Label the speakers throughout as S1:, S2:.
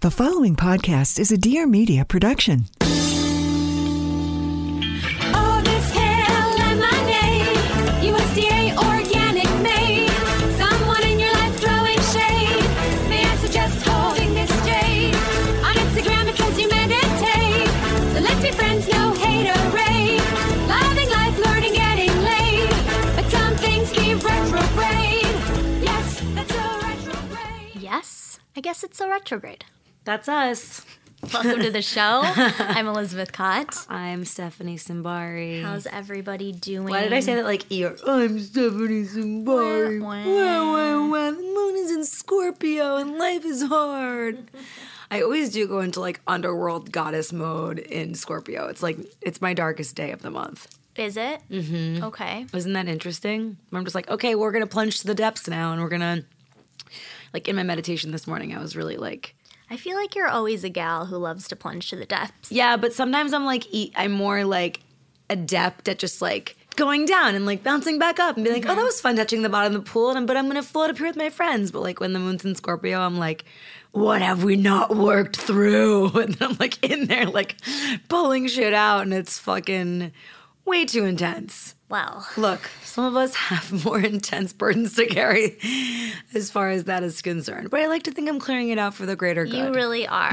S1: The following podcast is a Dear Media production.
S2: Oh, this kale and lemonade, USDA organic made. Someone in your life throwing shade. May I suggest holding this jade? On Instagram it says you meditate. So let's be friends, no haterade. Loving life, learning, getting laid. But some things be retrograde. Yes, that's so retrograde.
S3: Yes, I guess it's a retrograde.
S4: That's us.
S3: Welcome to the show. I'm Elizabeth Cott.
S4: I'm Stephanie Simbari.
S3: How's everybody doing?
S4: Why did I say that like ear? I'm Stephanie Simbari.
S3: Wah,
S4: Wah, wah, wah. The moon is in Scorpio and life is hard. I always do go into like underworld goddess mode in Scorpio. It's like it's my darkest day of the month.
S3: Is it? Mm-hmm. Okay.
S4: Isn't that interesting? Where I'm just like, okay, we're gonna plunge to the depths now, and we're gonna like in my meditation this morning. I was really like
S3: I feel like you're always a gal who loves to plunge to the depths.
S4: Yeah, but sometimes I'm like, e- I'm more like adept at just like going down and like bouncing back up and being like, oh, that was fun touching the bottom of the pool, and but I'm gonna float up here with my friends. But like when the moon's in Scorpio, I'm like, what have we not worked through? And then I'm like in there like pulling shit out, and it's fucking way too intense.
S3: Well,
S4: Look, some of us have more intense burdens to carry as far as that is concerned, but I like to think I'm clearing it out for the greater good.
S3: you really are.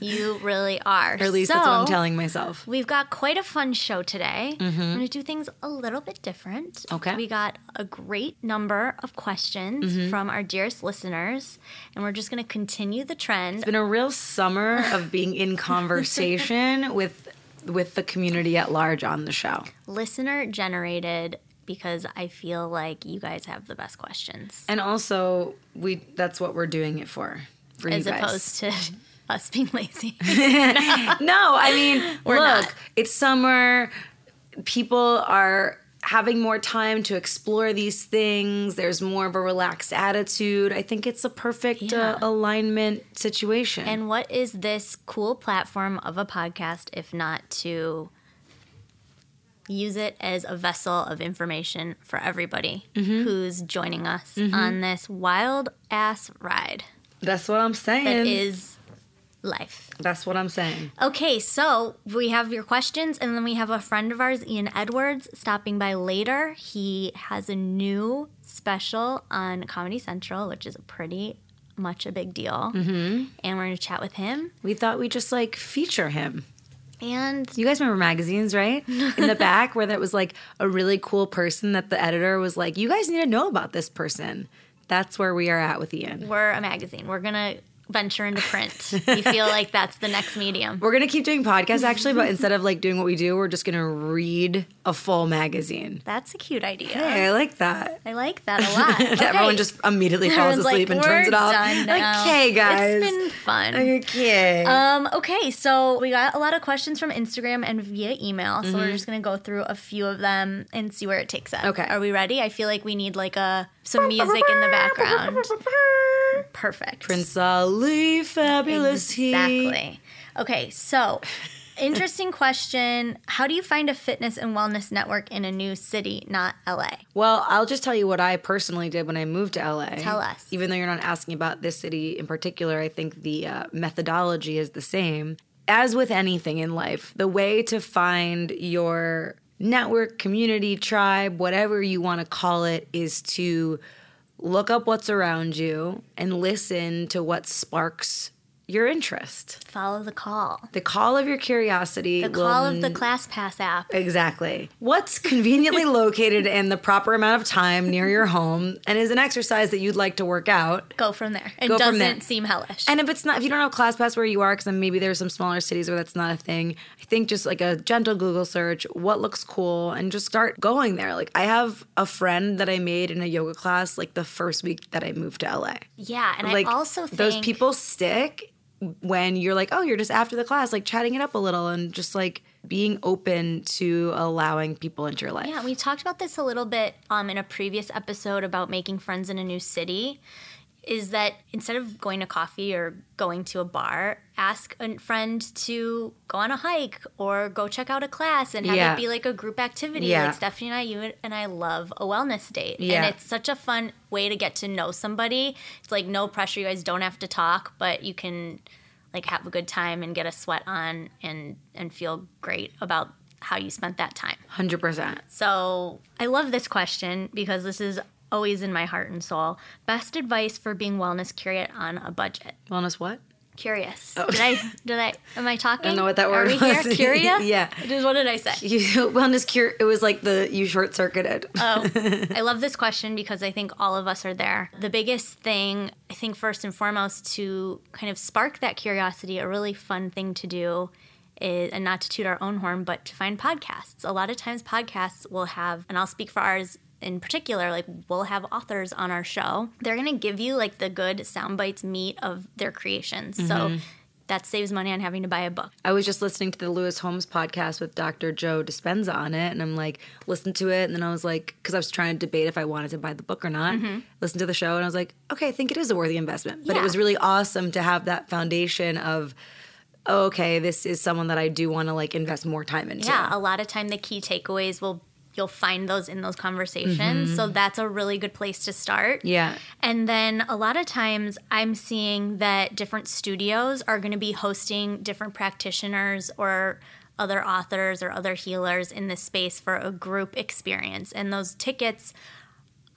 S3: you really are.
S4: or at least that's what I'm telling myself.
S3: We've got quite a fun show today. We're going to do things a little bit different.
S4: Okay. Mm-hmm.
S3: We got a great number of questions from our dearest listeners, and we're just going to continue the trend.
S4: been a real summer of being in conversation with with the community at large on the show.
S3: Listener generated because I feel like you guys have the best questions.
S4: And also we that's what we're doing it for. For
S3: as
S4: you guys.
S3: opposed to us being lazy.
S4: No, I mean
S3: We're
S4: look,
S3: not.
S4: it's summer. People are having more time to explore these things. There's more of a relaxed attitude. I think it's a perfect
S3: Yeah.
S4: uh, alignment situation.
S3: and what is this cool platform of a podcast if not to use it as a vessel of information for everybody
S4: Mm-hmm.
S3: who's joining us on this wild ass ride
S4: that's what I'm
S3: that
S4: saying.
S3: is life?
S4: that's what I'm saying.
S3: Okay, so we have your questions, and then we have a friend of ours, Ian Edwards, stopping by later. He has a new special on Comedy Central, which is pretty much a big deal. Mm-hmm. And we're going to chat with him.
S4: We thought we'd just like feature him.
S3: And
S4: You guys remember magazines, right? In the back, where there was like a really cool person that the editor was like, "You guys need to know about this person." That's where we are at with Ian.
S3: we're a magazine. We're going to venture into print. we feel like that's the next medium.
S4: We're gonna keep doing podcasts actually, but instead of like doing what we do, we're just gonna read a full magazine.
S3: That's a cute idea.
S4: Hey, I like that.
S3: I like that a lot. Okay.
S4: Everyone just immediately falls
S3: Everyone's like,
S4: asleep and
S3: "We're
S4: turns it off.
S3: done now."
S4: Okay, guys.
S3: It's been fun.
S4: okay.
S3: Um, okay, so we got a lot of questions from Instagram and via email. So we're just gonna go through a few of them and see where it takes us.
S4: Mm-hmm. Okay.
S3: Are we ready? I feel like we need like a some music in the background. Perfect.
S4: Prince Ali, fabulous he.
S3: Exactly. Okay, so interesting question. How do you find a fitness and wellness network in a new city, not LA?
S4: Well, I'll just tell you what I personally did when I moved to LA.
S3: Tell us.
S4: Even though you're not asking about this city in particular, I think the uh, methodology is the same. As with anything in life, the way to find your network, community, tribe, whatever you want to call it, is to look up what's around you and listen to what sparks your interest.
S3: Follow the call.
S4: The call of your curiosity.
S3: The
S4: will
S3: call of the ClassPass app.
S4: Exactly. What's conveniently located in the proper amount of time near your home and is an exercise that you'd like to work out?
S3: Go from there. It
S4: Go
S3: doesn't
S4: from there.
S3: seem hellish.
S4: And if it's not, if you don't have ClassPass where you are, because then maybe there's some smaller cities where that's not a thing, I think just like a gentle Google search, what looks cool, and just start going there. Like I have a friend that I made in a yoga class like the first week that I moved to LA.
S3: yeah, and
S4: Like
S3: I also think
S4: those people stick when you're like, oh, you're just after the class, like chatting it up a little and just like being open to allowing people into your life.
S3: Yeah, we talked about this a little bit um, in a previous episode about making friends in a new city. is that instead of going to coffee or going to a bar, ask a friend to go on a hike or go check out a class and have
S4: Yeah.
S3: it be like a group activity.
S4: Yeah.
S3: Like Stephanie and I, you and I love a wellness date.
S4: Yeah.
S3: And it's such a fun way to get to know somebody. It's like no pressure. You guys don't have to talk, but you can like have a good time and get a sweat on and and feel great about how you spent that time.
S4: 100%.
S3: So I love this question because this is always in my heart and soul. Best advice for being wellness curious on a budget.
S4: Wellness what?
S3: Curious. Did I? Did I? Am I talking? I
S4: Oh. know what that
S3: Are
S4: word
S3: we
S4: was.
S3: here? Curious.
S4: Yeah.
S3: Just what did I say?
S4: You, wellness cure, it was like the, you short circuited.
S3: I love this question because I think all of us are there. The biggest thing, I think, first and foremost, to kind of spark that curiosity, a really fun thing to do is, and not to toot our own horn, but to find podcasts. A lot of times, podcasts will have, and I'll speak for ours in particular, like we'll have authors on our show. They're going to give you like the good sound bites meat of their creations. So that saves money on having to buy a book.
S4: I was just listening to the Lewis Holmes podcast with Dr. Joe Dispenza on it, and I'm like, listen to it. And then I was like, because I was trying to debate if I wanted to buy the book or not, listen to the show, and I was like, okay, I think it is a worthy investment. But it
S3: Yeah.
S4: was really awesome to have that foundation of, oh, okay, this is someone that I do want to like invest more time into.
S3: yeah a lot of time the key takeaways will you'll find those in those conversations so that's a really good place to start
S4: Yeah.
S3: and then a lot of times i'm seeing that different studios are going to be hosting different practitioners or other authors or other healers in this space for a group experience and those tickets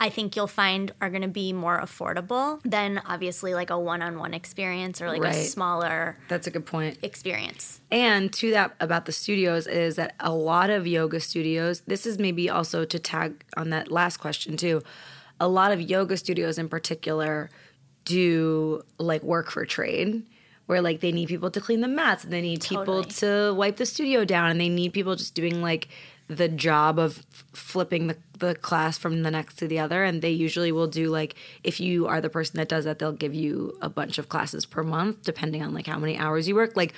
S3: I think you'll find are going to be more affordable than obviously like a one-on-one experience or like
S4: Right.
S3: a smaller
S4: That's a good point.
S3: experience.
S4: And to that about the studios is that a lot of yoga studios, this is maybe also to tag on that last question too. A lot of yoga studios in particular do like work for trade where like they need people to clean the mats and they need people to wipe the studio down and they need people just doing like the job of f- flipping the, the class from the next to the other and they usually will do like if you are the person that does that they'll give you a bunch of classes per month depending on like how many hours you work like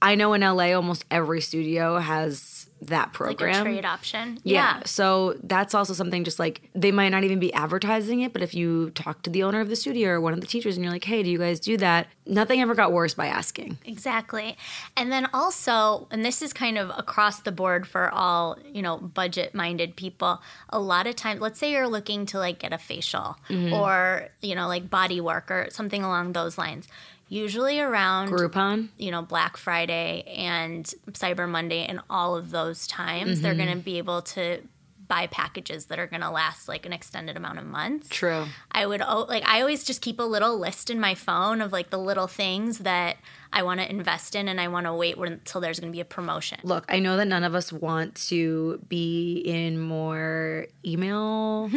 S4: I know in LA almost every studio has that
S3: like
S4: program.
S3: a trade option.
S4: yeah.
S3: Yeah.
S4: So that's also something just like they might not even be advertising it, but if you talk to the owner of the studio or one of the teachers and you're like, hey, do you guys do that? Nothing ever got worse by asking.
S3: exactly. And then also, and this is kind of across the board for all, you know, budget minded people, a lot of times, let's say you're looking to like get a facial or, you know, like body work or something along those lines. Usually around
S4: Groupon?
S3: you know Black Friday and Cyber Monday and all of those times, they're going to be able to buy packages that are going to last like an extended amount of months.
S4: True.
S3: I would al- like I always just keep a little list in my phone of like the little things that I want to invest in and I want to wait when- until there's going to be a promotion.
S4: Look, I know that none of us want to be in more email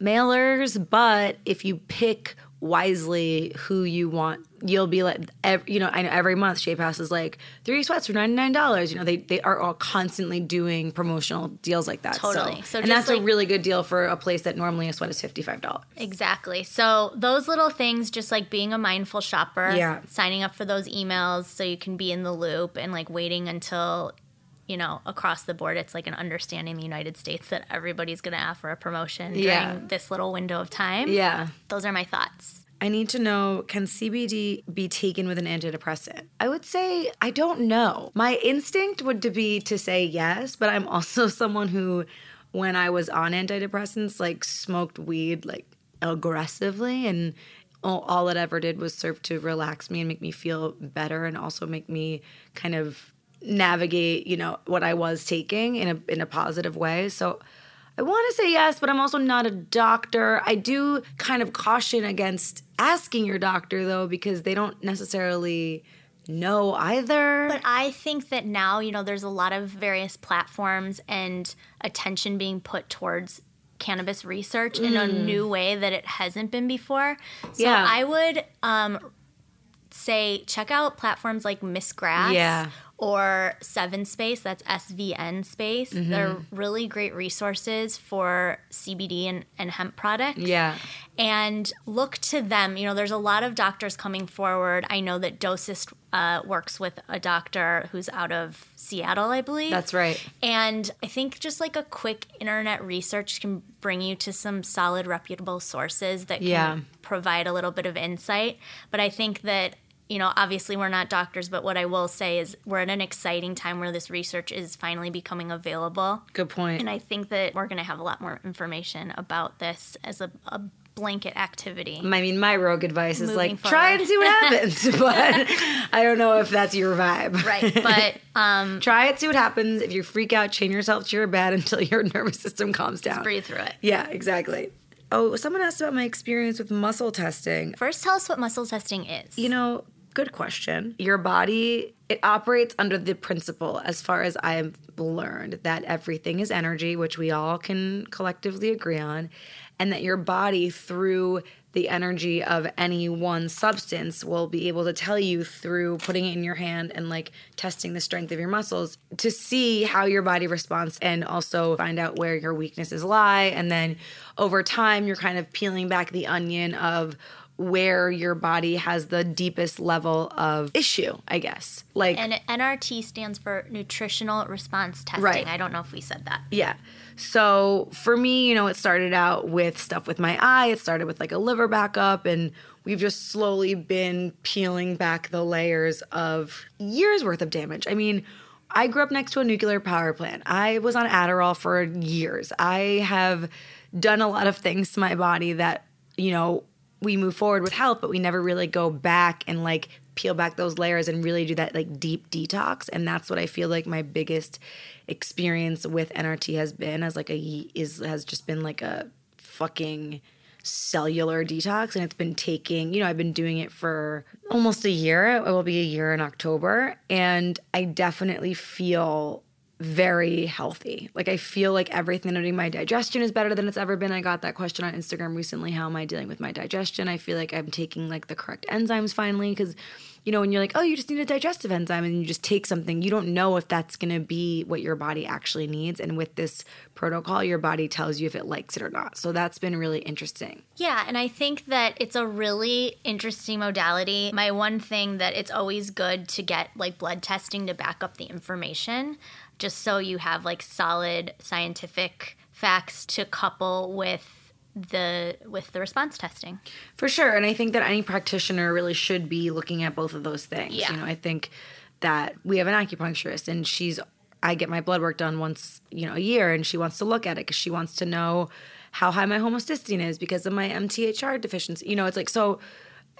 S4: mailers, but if you pick wisely who you want, you'll be like, ev you know, I know every month Shape House is like three sweats for ninety nine dollars. You know, they they are all constantly doing promotional deals like that.
S3: Totally.
S4: So,
S3: So
S4: and
S3: just
S4: that's a
S3: like-
S4: really good deal for a place that normally a sweat is fifty five dollars.
S3: Exactly. So those little things, just like being a mindful shopper,
S4: Yeah.
S3: signing up for those emails so you can be in the loop and like waiting until, you know, across the board, it's like an understanding in the United States that everybody's going to offer a promotion during
S4: Yeah.
S3: this little window of time.
S4: Yeah.
S3: Those are my thoughts.
S4: I need to know can CBD be taken with an antidepressant? I would say I don't know. My instinct would to be to say yes, but I'm also someone who when I was on antidepressants like smoked weed like aggressively and all, all it ever did was serve to relax me and make me feel better and also make me kind of navigate, you know, what I was taking in a in a positive way. So I want to say yes, but I'm also not a doctor. I do kind of caution against asking your doctor though because they don't necessarily know either.
S3: But I think that now, you know, there's a lot of various platforms and attention being put towards cannabis research in a new way that it hasn't been before. So
S4: Mm. Yeah.
S3: I would um, say check out platforms like Miss Grass
S4: Yeah.
S3: or Seven Space, that's SVN Space.
S4: Mm-hmm.
S3: They're really great resources for CBD and, and hemp products.
S4: yeah.
S3: and look to them. You know, there's a lot of doctors coming forward. I know that Dosist uh, works with a doctor who's out of Seattle, I believe.
S4: That's right.
S3: And I think just like a quick internet research can bring you to some solid, reputable sources that can
S4: Yeah.
S3: provide a little bit of insight. But I think that, you know, obviously we're not doctors, but what I will say is we're at an exciting time where this research is finally becoming available.
S4: Good point.
S3: And I think that we're going to have a lot more information about this as a, a blanket activity.
S4: I mean, my rogue advice is
S3: Moving
S4: like try
S3: forward.
S4: and see what happens, but I don't know if that's your vibe.
S3: right. But
S4: Try it, see what happens. If you freak out, chain yourself to your bed until your nervous system calms down.
S3: breathe through it.
S4: Yeah, exactly. Oh, someone asked about my experience with muscle testing.
S3: First, tell us what muscle testing is.
S4: You know, good question. Your body, it operates under the principle, as far as I've learned, that everything is energy, which we all can collectively agree on, and that your body, through the energy of any one substance, will be able to tell you through putting it in your hand and like testing the strength of your muscles to see how your body responds and also find out where your weaknesses lie. And then over time, you're kind of peeling back the onion of where your body has the deepest level of issue, I guess. Like,
S3: and NRT stands for nutritional response testing.
S4: Right.
S3: I don't know if we said that.
S4: yeah. So for me, you know, it started out with stuff with my eye, it started with like a liver backup, and we've just slowly been peeling back the layers of years worth of damage. I mean, I grew up next to a nuclear power plant. I was on Adderall for years. I have done a lot of things to my body that, you know, we move forward with health, but we never really go back and like peel back those layers and really do that like deep detox. And that's what I feel like my biggest experience with NRT has been as like a ye- is has just been like a fucking cellular detox and it's been taking you know i've been doing it for almost a year it will be a year in october and i definitely feel very healthy like i feel like everything under my digestion is better than it's ever been i got that question on instagram recently how am i dealing with my digestion i feel like i'm taking like the correct enzymes finally because you know when you're like oh you just need a digestive enzyme and you just take something you don't know if that's going to be what your body actually needs and with this protocol your body tells you if it likes it or not so that's been really interesting
S3: Yeah, and I think that it's a really interesting modality. My one thing that it's always good to get like blood testing to back up the information, just so you have like solid scientific facts to couple with the with the response testing.
S4: For sure. And I think that any practitioner really should be looking at both of those things.
S3: Yeah.
S4: You know, I think that we have an acupuncturist and she's I get my blood work done once, you know, a year and she wants to look at it cuz she wants to know how high my homocysteine is because of my MTHR deficiency. You know, it's like so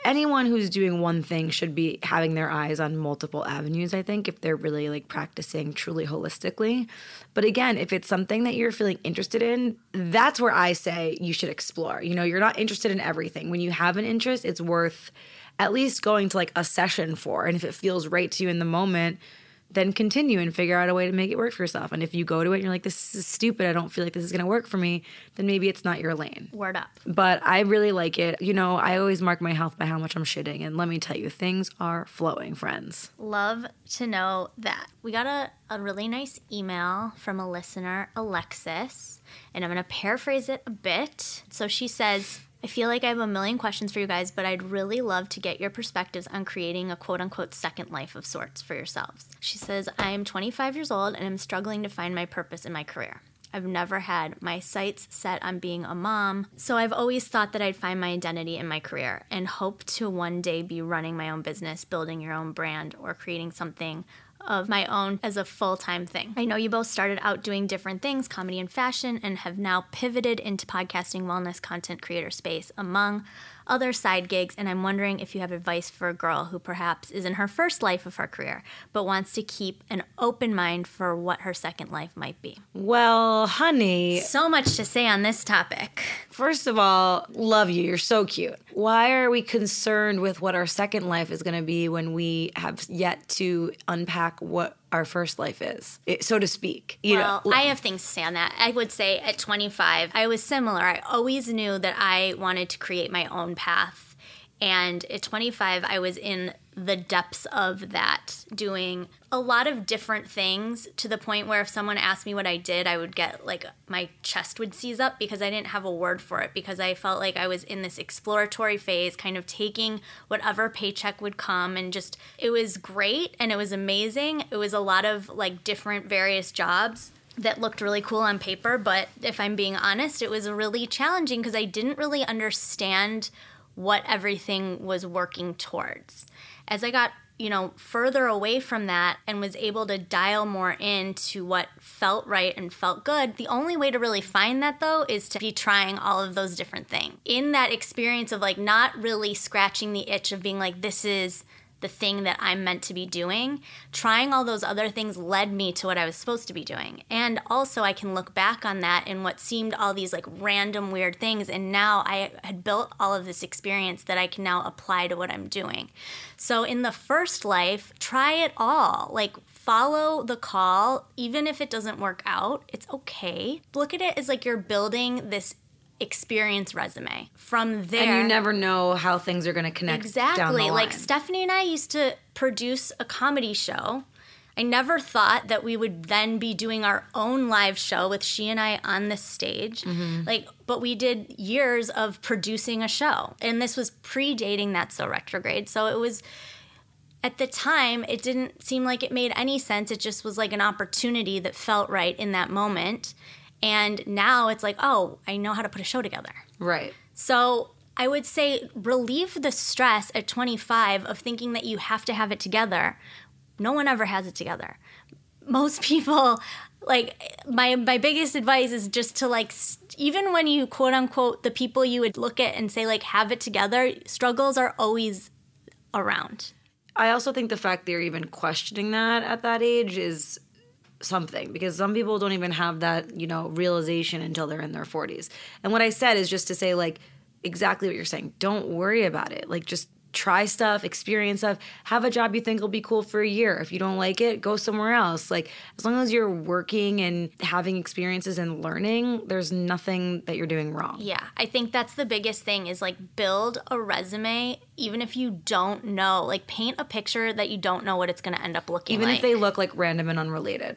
S4: anyone who's doing one thing should be having their eyes on multiple avenues i think if they're really like practicing truly holistically but again if it's something that you're feeling interested in that's where i say you should explore you know you're not interested in everything when you have an interest it's worth at least going to like a session for and if it feels right to you in the moment then continue and figure out a way to make it work for yourself and if you go to it and you're like this is stupid i don't feel like this is going to work for me then maybe it's not your lane
S3: Word up.
S4: but I really like it. You know, I always mark my health by how much I'm shitting, and let me tell you, things are flowing, friends.
S3: Love to know that. We got a, a really nice email from a listener, Alexis, and I'm going to paraphrase it a bit. So she says, I feel like I have a million questions for you guys, but I'd really love to get your perspectives on creating a quote unquote second life of sorts for yourselves. She says, I am 25 years old and I'm struggling to find my purpose in my career. I've never had my sights set on being a mom, so I've always thought that I'd find my identity in my career and hope to one day be running my own business, building your own brand, or creating something of my own as a full time thing. I know you both started out doing different things, comedy and fashion, and have now pivoted into podcasting, wellness, content creator space, among other side gigs. And I'm wondering if you have advice for a girl who perhaps is in her first life of her career, but wants to keep an open mind for what her second life might be.
S4: Well, honey,
S3: So much to say on this topic.
S4: first of all, love you. You're so cute. Why are we concerned with what our second life is going to be when we have yet to unpack what our first life is, it, so to speak? You
S3: Well,
S4: know,
S3: I have things to say on that. I would say at 25, I was similar. I always knew that I wanted to create my own path And at 25, I was in the depths of that, doing a lot of different things to the point where if someone asked me what I did, I would get like my chest would seize up because I didn't have a word for it because I felt like I was in this exploratory phase, kind of taking whatever paycheck would come. And just it was great and it was amazing. It was a lot of like different various jobs that looked really cool on paper, but if I'm being honest, it was really challenging because I didn't really understand what everything was working towards. As I got, you know, further away from that and was able to dial more into what felt right and felt good, the only way to really find that though is to be trying all of those different things. In that experience of like not really scratching the itch of being like, this is the thing that I'm meant to be doing, trying all those other things led me to what I was supposed to be doing. And also, I can look back on that and what seemed all these like random weird things. And now I had built all of this experience that I can now apply to what I'm doing. So, in the first life, try it all. Like, follow the call, even if it doesn't work out, it's okay. Look at it as like you're building this experience resume. From there,
S4: And you never know how things are going to connect.
S3: Exactly.
S4: down the
S3: Like
S4: line.
S3: Stephanie and I used to produce a comedy show. I never thought that we would then be doing our own live show with she and I on the stage.
S4: Mm-hmm.
S3: Like, but we did years of producing a show. And this was predating that so retrograde. So it was at the time, it didn't seem like it made any sense. It just was like an opportunity that felt right in that moment. And now it's like, oh, I know how to put a show together.
S4: right.
S3: So I would say relieve the stress at 25 of thinking that you have to have it together. No one ever has it together. Most people, like my my biggest advice is just to like s- even when you quote unquote the people you would look at and say like have it together, struggles are always around.
S4: I also think the fact that you're even questioning that at that age is something because some people don't even have that, you know, realization until they're in their 40s. And what I said is just to say, like, exactly what you're saying. Don't worry about it. Like, just try stuff, experience stuff, have a job you think will be cool for a year. If you don't like it, go somewhere else. Like, as long as you're working and having experiences and learning, there's nothing that you're doing wrong.
S3: Yeah, I think that's the biggest thing is like build a resume even if you don't know, like paint a picture that you don't know what it's going to end up looking
S4: Even
S3: like.
S4: if they look like random and unrelated.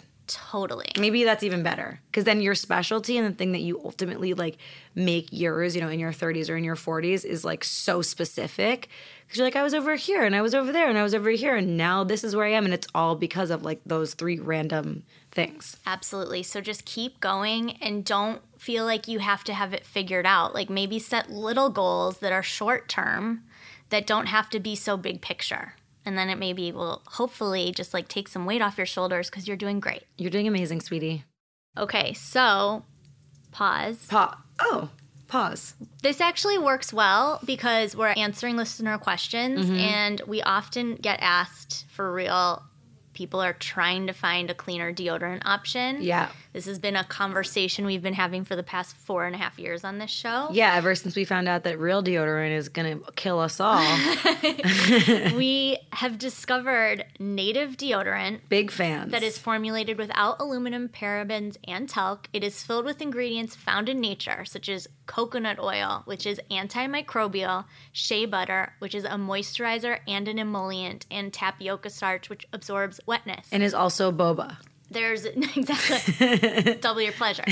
S3: totally.
S4: maybe that's even better because then your specialty and the thing that you ultimately like make yours you know in your 30s or in your 40s is like so specific because you're like i was over here and i was over there and i was over here and now this is where i am and it's all because of like those three random things
S3: Absolutely. So just keep going and don't feel like you have to have it figured out. Like maybe set little goals that are short term that don't have to be so big picture. And then it maybe will hopefully just like take some weight off your shoulders because you're doing great.
S4: you're doing amazing sweetie
S3: Okay, so pause.
S4: pa oh pause
S3: This actually works well because we're answering listener questions and we often get asked for real. People are trying to find a cleaner deodorant option.
S4: yeah
S3: This has been a conversation we've been having for the past four and a half years on this show.
S4: yeah ever since we found out that real deodorant is gonna kill us all
S3: We have discovered native deodorant
S4: big fans
S3: that is formulated without aluminum, parabens, and talc. It is filled with ingredients found in nature, such as coconut oil, which is antimicrobial, shea butter, which is a moisturizer and an emollient, and tapioca starch, which absorbs wetness.
S4: and is also boba
S3: There's exactly double your pleasure.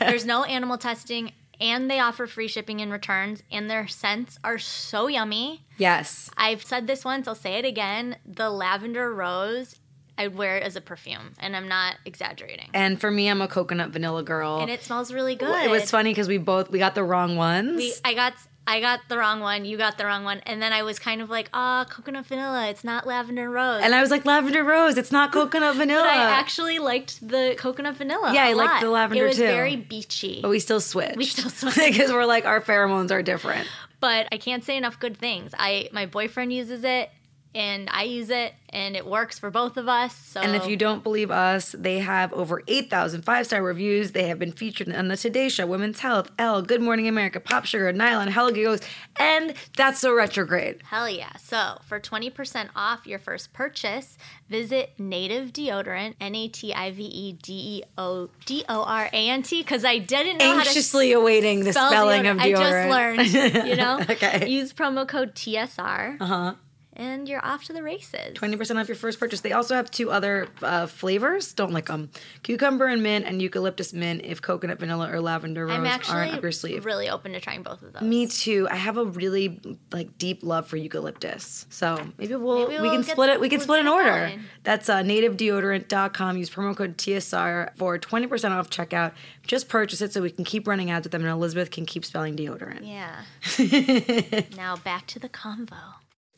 S3: There's no animal testing, and they offer free shipping and returns, and their scents are so yummy.
S4: yes
S3: I've said this once, I'll say it again. The lavender rose, I wear it as a perfume, and I'm not exaggerating.
S4: and for me i'm a coconut vanilla girl
S3: And it smells really good.
S4: Well, It was funny because we both we got the wrong ones.
S3: We- I got I got the wrong one, you got the wrong one, and then I was kind of like, ah, coconut vanilla, it's not lavender rose.
S4: and I was like, Lavender Rose, it's not coconut vanilla.
S3: but I actually liked the coconut vanilla.
S4: Yeah, I
S3: a
S4: liked
S3: lot.
S4: the lavender
S3: It was
S4: too. Oh,
S3: very beachy.
S4: but we still switched. We
S3: still switched.
S4: because we're like our pheromones are different.
S3: but I can't say enough good things. I my boyfriend uses it and I use it and it works for both of us. So
S4: And if you don't believe us, they have over 8,000 five star reviews. They have been featured on The Today Show, Women's Health, Elle, Good Morning America, Pop Sugar, Nylon, Hella Giggles, and That's So Retrograde.
S3: Hell yeah. So for 20% off your first purchase, visit Native Deodorant, N A T I V E D E O D O R A N T, because I didn't know
S4: Anxiously awaiting the
S3: how to spell
S4: spelling of
S3: I
S4: deodorant.
S3: just learned, you know?
S4: Okay. Uh-huh.
S3: Use promo code TSR. Uh huh. And you're off to the races.
S4: 20% off your first purchase. They also have two other uh, flavors. Don't like them. Cucumber and mint and eucalyptus mint if coconut, vanilla, or lavender rose
S3: I'm
S4: aren't
S3: actually
S4: up your sleeve.
S3: really open to trying both of those.
S4: Me too. I have a really like deep love for eucalyptus. So maybe we'll,
S3: Maybe
S4: we can
S3: we'll get-
S4: split it. We can
S3: we'll
S4: split
S3: get
S4: an
S3: that
S4: order.
S3: one.
S4: That's uh, nativedeodorant.com. Use promo code TSR for 20% off checkout. Just purchase it so we can keep running ads with them and Elizabeth can keep spelling deodorant.
S3: Yeah. now back to the convo.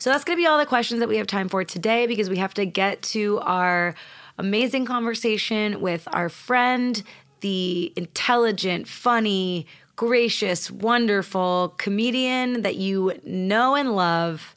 S4: So that's going to be all the questions that we have time for today because we have to get to our amazing conversation with our friend, the intelligent, funny, gracious, wonderful comedian that you know and love.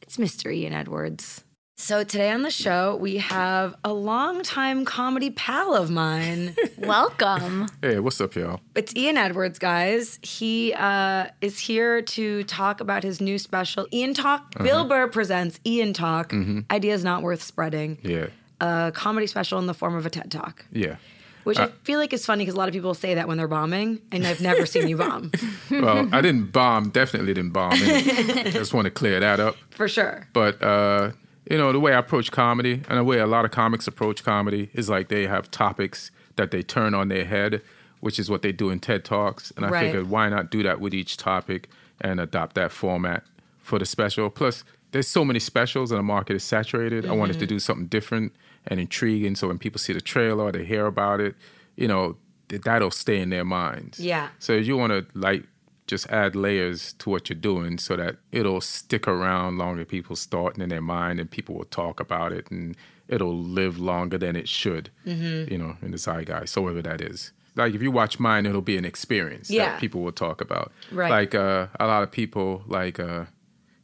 S4: It's Mr. Ian Edwards. So today on the show, we have a longtime comedy pal of mine.
S3: Welcome.
S5: Hey, what's up, y'all?
S4: It's Ian Edwards, guys. He uh, is here to talk about his new special, Ian Talk.
S5: Uh-huh.
S4: Bill Burr presents Ian Talk Ideas Not Worth Spreading,
S5: Mm-hmm. Yeah,
S4: a comedy special in the form of a TED Talk,
S5: yeah. Uh,
S4: which I feel like is funny because a lot of people say that when they're bombing, and I've never seen you bomb,
S5: Well, I didn't bomb. Definitely didn't bomb. I just want to clear that up.
S4: for sure.
S5: But uh, you know, the way I approach comedy and the way a lot of comics approach comedy is like they have topics that they turn on their head, which is what they do in TED Talks. And I
S4: Right.
S5: figured why not do that with each topic and adopt that format for the special. Plus, there's so many specials and the market is saturated. I
S4: Mm-hmm.
S5: wanted to do something different and intriguing so when people see the trailer or they hear about it, you know, th- that'll stay in their minds.
S4: Yeah.
S5: So you want to like just add layers to what you're doing so that it'll stick around longer. People's thought and in their mind, and people will talk about it, and it'll live longer than it should. You know, in the zeitgeist, so whatever that is. Like if you watch mine, it'll be an experience
S4: Yeah.
S5: that people will talk about.
S4: Right.
S5: Like uh, a lot of people like. Uh,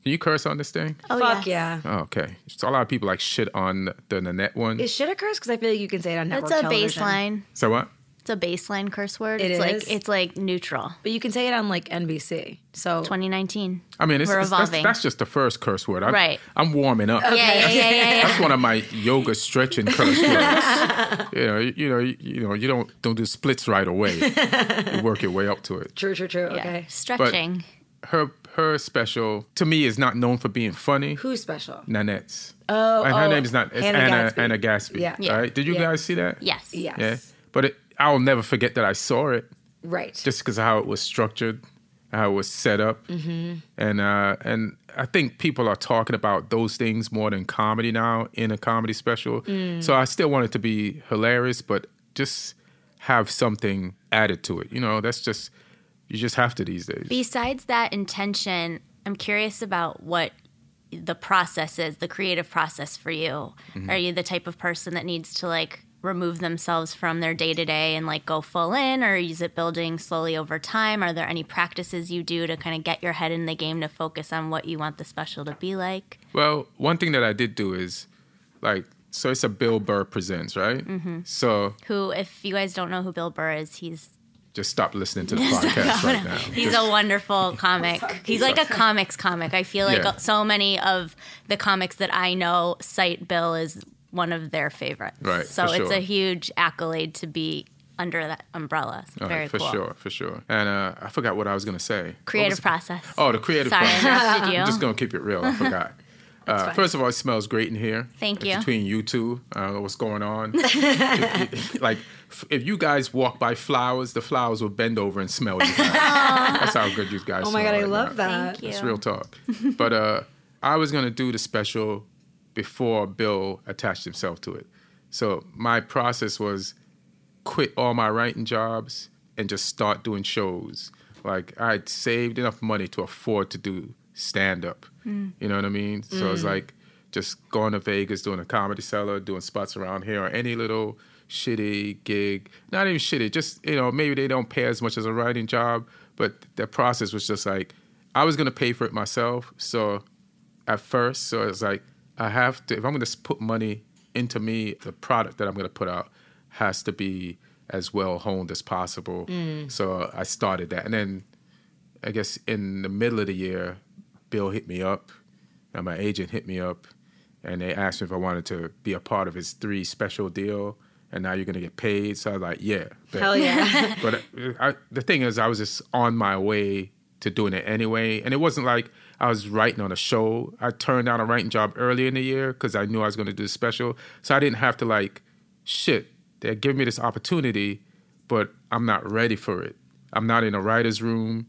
S5: can you curse on this thing?
S4: Fuck yeah.
S5: Oh, okay. So a lot of people like shit on the Nanette one.
S4: Is shit a curse? Because I feel like you can say it on network
S3: It's a
S4: television.
S3: baseline.
S5: so what?
S3: It's a baseline curse word.
S4: It
S3: it's
S4: is?
S3: like it's like neutral.
S4: But you can say it on like NBC. So
S3: 2019.
S5: I mean, it's,
S3: We're
S5: it's- that's,
S3: evolving.
S5: that's just the first curse word. I'm,
S3: Right.
S5: I'm warming up.
S3: Yeah, yeah, yeah, yeah, yeah.
S5: That's one of my yoga stretching curse words. you know, you, you know, you, you know, you don't don't do splits right away. you work your way up to it.
S4: true, true, true.
S3: Yeah.
S4: Okay.
S3: Stretching.
S5: Her her special to me is not known for being funny.
S4: Who's special?
S5: Nanette's. Oh, and her
S4: oh,
S5: name is not. It's
S4: Hannah
S5: Anna Anna
S4: Gadsby.
S5: Gatsby.
S4: Yeah.
S5: All right. Did you guys see that?
S3: yes.
S4: Yes.
S5: Yeah. But it, I'll never forget that I saw it
S4: Right.
S5: just because of how it was structured, how it was set up,
S3: Mm-hmm.
S5: and uh, and I think people are talking about those things more than comedy now in a comedy special.
S3: Mm.
S5: So I still want it to be hilarious, but just have something added to it. You know, that's just you just have to these days.
S3: Besides that intention, I'm curious about what the process is, the creative process for you. Are you the type of person that needs to like remove themselves from their day to day and like go full in, or is it building slowly over time? Are there any practices you do to kind of get your head in the game to focus on what you want the special to be like?
S5: Well, one thing that I did do is like so it's a Bill Burr presents, right?
S3: Mm-hmm.
S5: So
S3: Who, if you guys don't know who Bill Burr is, he's
S5: just stop listening to the podcast right now.
S3: He's
S5: Just-
S3: a wonderful comic. He's like a comics comic. I feel like
S5: Yeah.
S3: so many of the comics that I know cite Bill as one of their favorites.
S5: Right,
S3: So
S5: for
S3: it's
S5: sure.
S3: a huge accolade to be under that umbrella. It's
S5: All
S3: very
S5: right, for
S3: cool.
S5: sure, for sure. And uh, I forgot what I was gonna say. What
S3: Creative
S5: was-
S3: process.
S5: Oh, the creative
S3: Sorry,
S5: process.
S3: I interrupted you.
S5: I'm just gonna keep it real. I forgot. Uh, first of all, it smells great in here.
S3: Thank
S5: It's
S3: you.
S5: Between you two, I don't know what's going on. If you- like, f- if you guys walk by flowers, the flowers will bend over and smell you. Guys. That's how good you guys.
S4: Oh my
S5: smell
S4: God, I
S5: right
S4: love
S5: now.
S4: that.
S3: Thank you.
S5: It's real talk. but uh, I was gonna do the special before Bill attached himself to it. So my process was quit all my writing jobs and just start doing shows. Like I'd saved enough money to afford to do stand up. You know what I mean? So it's like just going to Vegas, doing a comedy cellar, doing spots around here, or any little shitty gig. Not even shitty, just you know, maybe they don't pay as much as a writing job, but that process was just like I was gonna pay for it myself, so at first. So it's like I have to if I'm going to put money into me, the product that I'm going to put out has to be as well honed as possible. So I started that, and then I guess in the middle of the year, Bill hit me up, and my agent hit me up, and they asked me if I wanted to be a part of his three special deal. And now you're gonna get paid. So I was like, yeah. bet
S4: Hell yeah.
S5: but uh, I, I, the thing is, I was just on my way to doing it anyway, and it wasn't like I was writing on a show. I turned down a writing job early in the year because I knew I was going to do a special, so I didn't have to like, shit, they're giving me this opportunity, but I'm not ready for it. I'm not in a writer's room,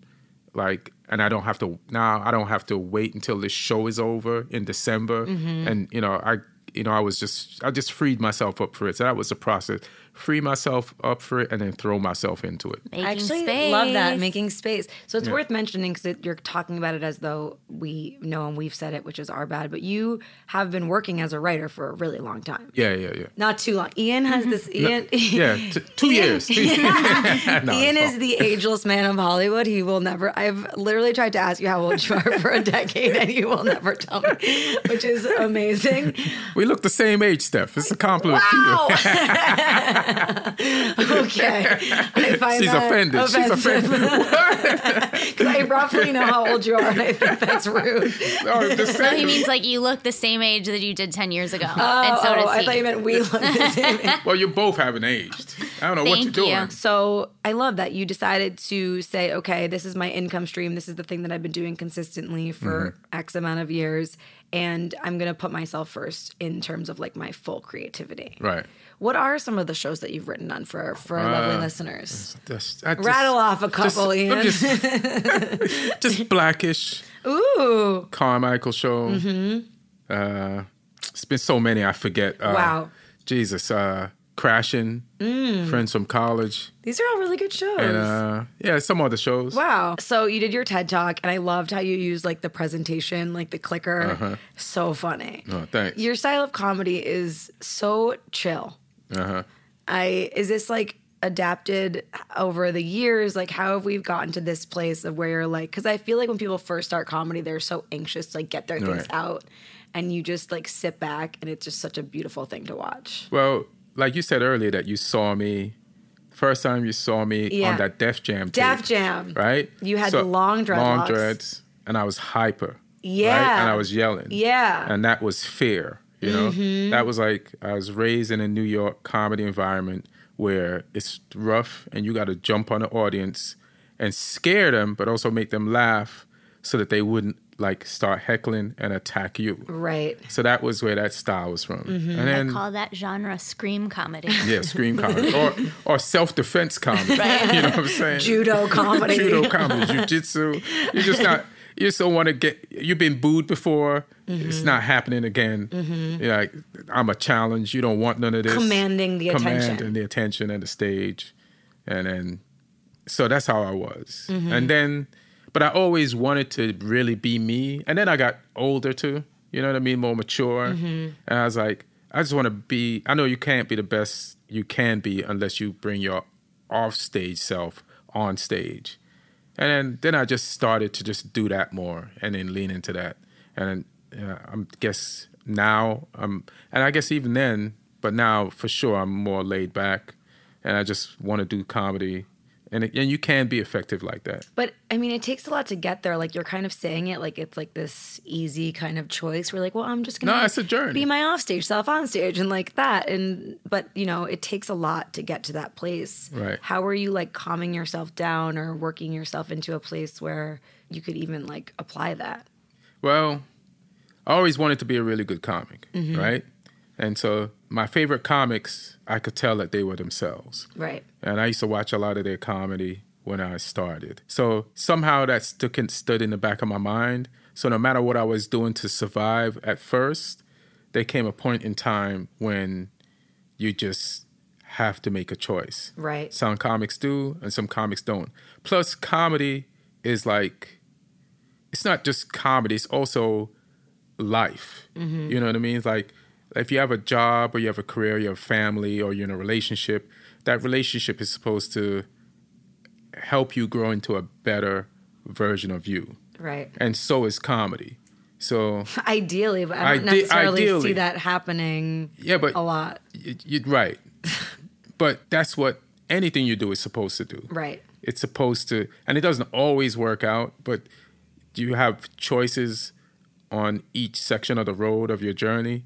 S5: like, and I don't have to now. I don't have to wait until this show is over in December,
S4: Mm-hmm.
S5: and you know, I you know, I was just I just freed myself up for it. So that was the process. Free myself up for it and then throw myself into it.
S3: Making
S4: I actually
S3: space.
S4: love that making space. So it's worth mentioning because you're talking about it as though we know and we've said it, which is our bad. But you have been working as a writer for a really long time,
S5: Yeah, yeah, yeah.
S4: not too long. Ian has this. Ian,
S5: Yeah, t- two years. Two years. No,
S4: Ian
S5: it's
S4: is the ageless man of Hollywood. He will never. I've literally tried to ask you how old you are for a decade, and you will never tell me, which is amazing.
S5: fine. we look the same age, Steph. It's a compliment to you.
S4: Wow. okay. I find
S5: She's
S4: that
S5: offended. She's
S4: offensive. Because I roughly know how old you are, and I think that's rude.
S5: No, I'm just
S6: No, he
S5: saying.
S6: means like you look the same age that you did 10 years ago.
S4: Oh,
S6: and so does
S4: oh, I
S6: he.
S4: thought you meant we look the same.
S5: well, you both haven't aged. I don't know what you're
S6: Thank
S5: doing.
S6: you.
S4: So I love that you decided to say, okay, this is my income stream. This is the thing that I've been doing consistently for
S5: Mm-hmm.
S4: X amount of years. And I'm going to put myself first in terms of like my full creativity.
S5: Right.
S4: What are some of the shows that you've written on for, for our lovely listeners?
S5: That's- I just-
S4: Rattle off a
S5: just-
S4: couple, Ian.
S5: I'm Just, just blackish
S4: Ooh.
S5: Carmichael show.
S4: Mm-hmm.
S5: Uh, it's been so many I forget. Uh,
S4: Wow. Mm.
S5: Jesus, uh, crashing friends from college,
S4: These are all really good shows.
S5: and uh, yeah, some other shows.
S4: Wow. So you did your TED talk, and I loved how you used like the presentation, like the clicker. So funny.
S5: Uh-huh. Oh, thanks.
S4: Your style of comedy is so chill.
S5: uh-huh.
S4: I is this like adapted over the years? Like how have we gotten to this place of where you're like? Because I feel like when people first start comedy, they're so anxious to like get their things
S5: Right.
S4: out, and you just like sit back, and it's just such a beautiful thing to watch.
S5: Well, like you said earlier, that you saw me first time you saw me
S4: Yeah.
S5: on that Def Jam.
S4: Def
S5: tape,
S4: Jam.
S5: right?
S4: You had
S5: So-
S4: long dreadlocks.
S5: long dreads, and I was hyper. right?
S4: Yeah.
S5: and I was yelling.
S4: Yeah.
S5: and that was fear. You know, that was like I was raised in a New York comedy environment where it's rough, and you got to jump on the audience and scare them, but also make them laugh so that they wouldn't like start heckling and attack you.
S4: Right.
S5: So that was where that style was from. And
S3: I
S5: then
S3: call that genre scream comedy.
S5: yeah, scream comedy or or self defense comedy. You know what I'm saying?
S4: Judo comedy.
S5: Judo comedy, jujitsu. You just not. You just don't want to get. You've been booed before. It's not happening again. You're like I'm a challenge. You don't want none of this.
S4: Commanding the attention.
S5: Commanding the attention and the stage, and then so that's how I was.
S4: Mm-hmm.
S5: And then, but I always wanted to really be me. And then I got older too, you know what I mean? More mature.
S4: Mm-hmm.
S5: And I was like, I just want to be, I know you can't be the best you can be unless you bring your off stage self on stage. And then, then I just started to just do that more and then lean into that. And then, uh, I guess now, um, and I guess even then, but now for sure, I'm more laid back and I just want to do comedy. And, it, and you can be effective like that.
S4: But I mean, it takes a lot to get there. Like you're kind of saying it like it's like this easy kind of choice. We're like, well, I'm just gonna
S5: No, it's a journey.
S4: be my offstage self on stage and like that. And but you know, it takes a lot to get to that place.
S5: Right.
S4: How are you like calming yourself down or working yourself into a place where you could even like apply that?
S5: Well, I always wanted to be a really good comic, right? And so my favorite comics, I could tell that they were themselves.
S4: Right.
S5: And I used to watch a lot of their comedy when I started. So somehow that stuck in, stood in the back of my mind. So no matter what I was doing to survive at first, there came a point in time when you just have to make a choice.
S4: Right.
S5: Some comics do and some comics don't. Plus, comedy is like, it's not just comedy, it's also life.
S4: Mm-hmm.
S5: You know what I mean? It's like if you have a job or you have a career, you have a family, or you're in a relationship, that relationship is supposed to help you grow into a better version of you.
S4: Right.
S5: And so is comedy. So
S4: Ideally, but I don't
S5: Ide-
S4: necessarily see
S5: ideally.
S4: that happening
S5: yeah, but
S4: a lot.
S5: y- you're right. but that's what anything you do is supposed to do.
S4: Right.
S5: It's supposed to, and it doesn't always work out, but you have choices on each section of the road of your journey.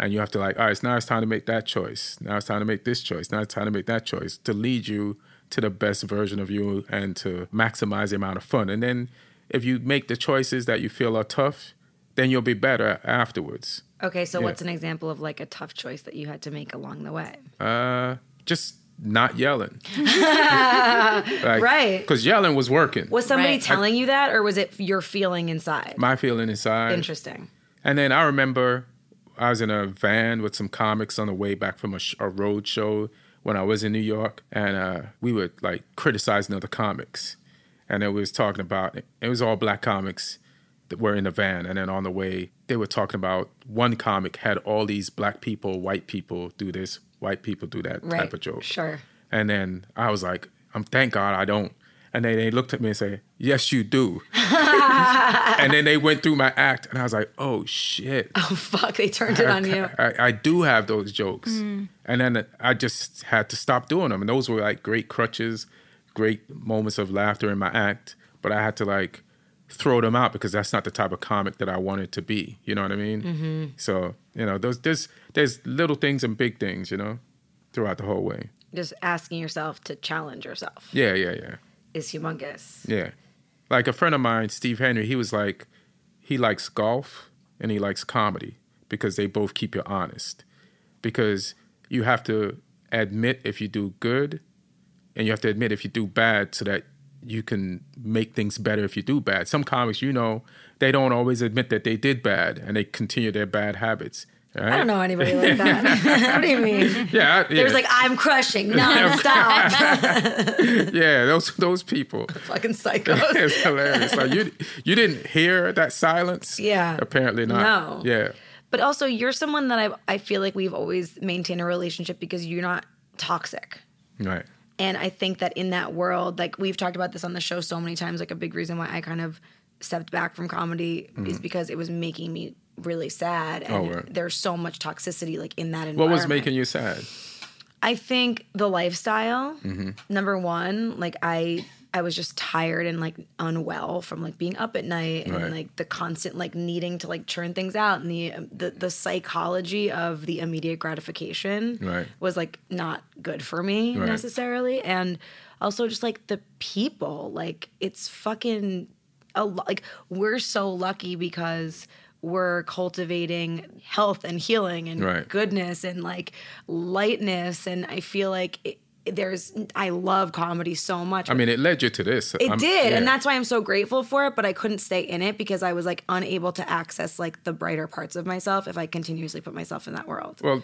S5: And you have to, like, all right, so now it's time to make that choice. Now it's time to make this choice. Now it's time to make that choice to lead you to the best version of you and to maximize the amount of fun. And then if you make the choices that you feel are tough, then you'll be better afterwards.
S4: Okay, so
S5: Yeah.
S4: what's an example of like a tough choice that you had to make along the way?
S5: Just not yelling.
S4: Right.
S5: Because yelling was working.
S4: Was somebody
S6: Right.
S4: telling you that, or was it your feeling inside?
S5: my feeling inside.
S4: Interesting.
S5: And then I remember I was in a van with some comics on the way back from a, sh- a road show when I was in New York, and uh, we were like criticizing other comics, and it was talking about it was all black comics that were in the van, and then on the way they were talking about one comic had all these black people, white people do this, white people do that
S4: Right.
S5: type of joke.
S4: Sure.
S5: And then I was like, I'm thank God I don't. And then they looked at me and say, Yes, you do. and then they went through my act, and I was like, Oh shit,
S4: Oh fuck! They turned it on you.
S5: I, I do have those jokes. And then I just had to stop doing them. And those were like great crutches, great moments of laughter in my act. But I had to like throw them out because that's not the type of comic that I wanted to be. You know what I mean? So you know, those there's there's little things and big things. You know, throughout the whole way.
S4: Just asking yourself to challenge yourself
S5: Yeah, yeah, yeah.
S4: is humongous.
S5: Yeah. Like a friend of mine, Steve Henry, he was like, he likes golf and he likes comedy because they both keep you honest. Because you have to admit if you do good and you have to admit if you do bad so that you can make things better if you do bad. Some comics, you know, they don't always admit that they did bad and they continue their bad habits.
S4: I don't know anybody like that. what do you mean?
S5: Yeah, I- yeah,
S4: There's like I'm crushing nonstop.
S5: yeah, those those people.
S4: Fucking psychos.
S5: it's hilarious. Like you, you didn't hear that silence.
S4: Yeah.
S5: apparently not.
S4: No.
S5: Yeah,
S4: But also, you're someone that I I feel like we've always maintained a relationship because you're not toxic.
S5: right.
S4: And I think that in that world, like we've talked about this on the show so many times, like a big reason why I kind of stepped back from comedy is because it was making me really sad. And
S5: Mm-hmm. Oh, right.
S4: there's so much toxicity like in that
S5: What
S4: environment.
S5: was making you sad?
S4: I think the lifestyle,
S5: Mm-hmm.
S4: number one, like I I was just tired and like unwell from like being up at night and
S5: Right.
S4: like the constant like needing to like churn things out and the um, the, the psychology of the immediate gratification
S5: Right.
S4: was like not good for me
S5: Right.
S4: necessarily and also just like the people like it's fucking a lo- like we're so lucky because we're cultivating health and healing and
S5: Right.
S4: goodness and like lightness and I feel like it, there's I love comedy so much.
S5: I mean, it led you to this.
S4: it did, and that's why I'm so grateful for it. But I couldn't stay in it because I was like unable to access like the brighter parts of myself if I continuously put myself in that world.
S5: well,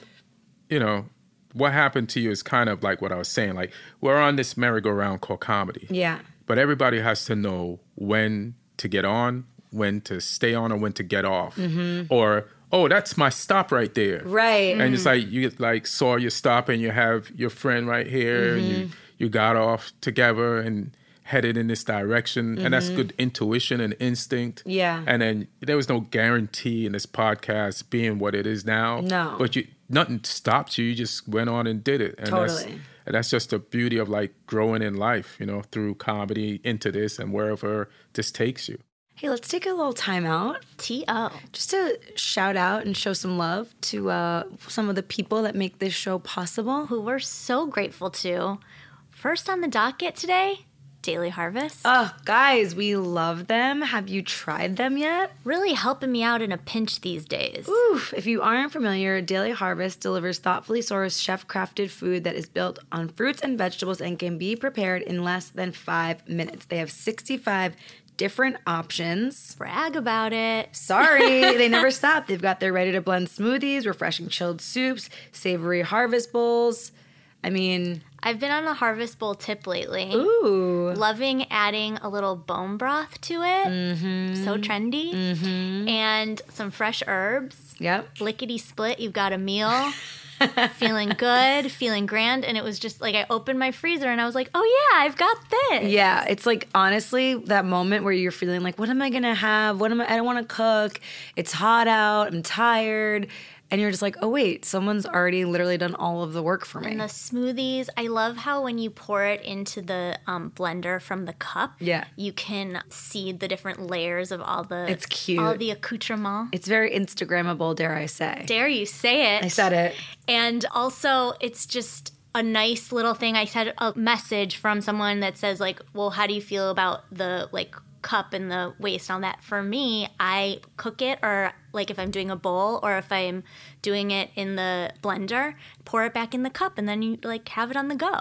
S5: you know, what happened to you is kind of like what I was saying. Like we're on this merry-go-round called comedy.
S4: Yeah,
S5: But everybody has to know when to get on, when to stay on, or when to get off.
S4: Mm-hmm.
S5: Or oh, that's my stop right there.
S4: right.
S5: and it's like you like saw your stop and you have your friend right here and
S4: Mm-hmm.
S5: you, you got off together and headed in this direction and that's good intuition and instinct
S4: Mm-hmm. Yeah.
S5: and then there was no guarantee in this podcast being what it is now
S4: No.
S5: but you nothing stopped you you just went on and did it and that's
S4: Totally.
S5: and that's just the beauty of like growing in life you know through comedy into this and wherever this takes you
S4: Hey, let's take a little time out
S3: T.O.
S4: just to shout out and show some love to uh, some of the people that make this show possible.
S3: who we're so grateful to. First on the docket today, Daily Harvest.
S4: Oh, guys, we love them. Have you tried them yet?
S3: really helping me out in a pinch these days.
S4: Oof. If you aren't familiar, Daily Harvest delivers thoughtfully sourced, chef crafted food that is built on fruits and vegetables and can be prepared in less than five minutes. They have 65 different options.
S3: Brag about it.
S4: Sorry, they never stop. They've got their ready to blend smoothies, refreshing chilled soups, savory harvest bowls. I mean,
S3: I've been on a harvest bowl tip lately.
S4: ooh,
S3: Loving adding a little bone broth to it.
S4: Mm-hmm.
S3: So trendy. And some fresh herbs.
S4: yep.
S3: Lickety split, you've got a meal. feeling good, feeling grand. And it was just like I opened my freezer and I was like, oh yeah, I've got this.
S4: Yeah, it's like honestly that moment where you're feeling like, what am I gonna have? What am I? I don't want to cook. It's hot out. I'm tired, and you're just like, oh wait, someone's already literally done all of the work for me.
S3: And the smoothies, I love how when you pour it into the um, blender from the cup,
S4: Yeah.
S3: you can see the different layers of all the
S4: It's cute.
S3: all the accoutrements.
S4: it's very Instagrammable, dare I say?
S3: Dare you say it?
S4: I said it.
S3: And also, it's just a nice little thing. I said a message from someone that says like, "Well, how do you feel about the like cup and the waste and all that?" For me, I cook it or like if I'm doing a bowl or if I'm doing it in the blender, pour it back in the cup and then you like have it on the go.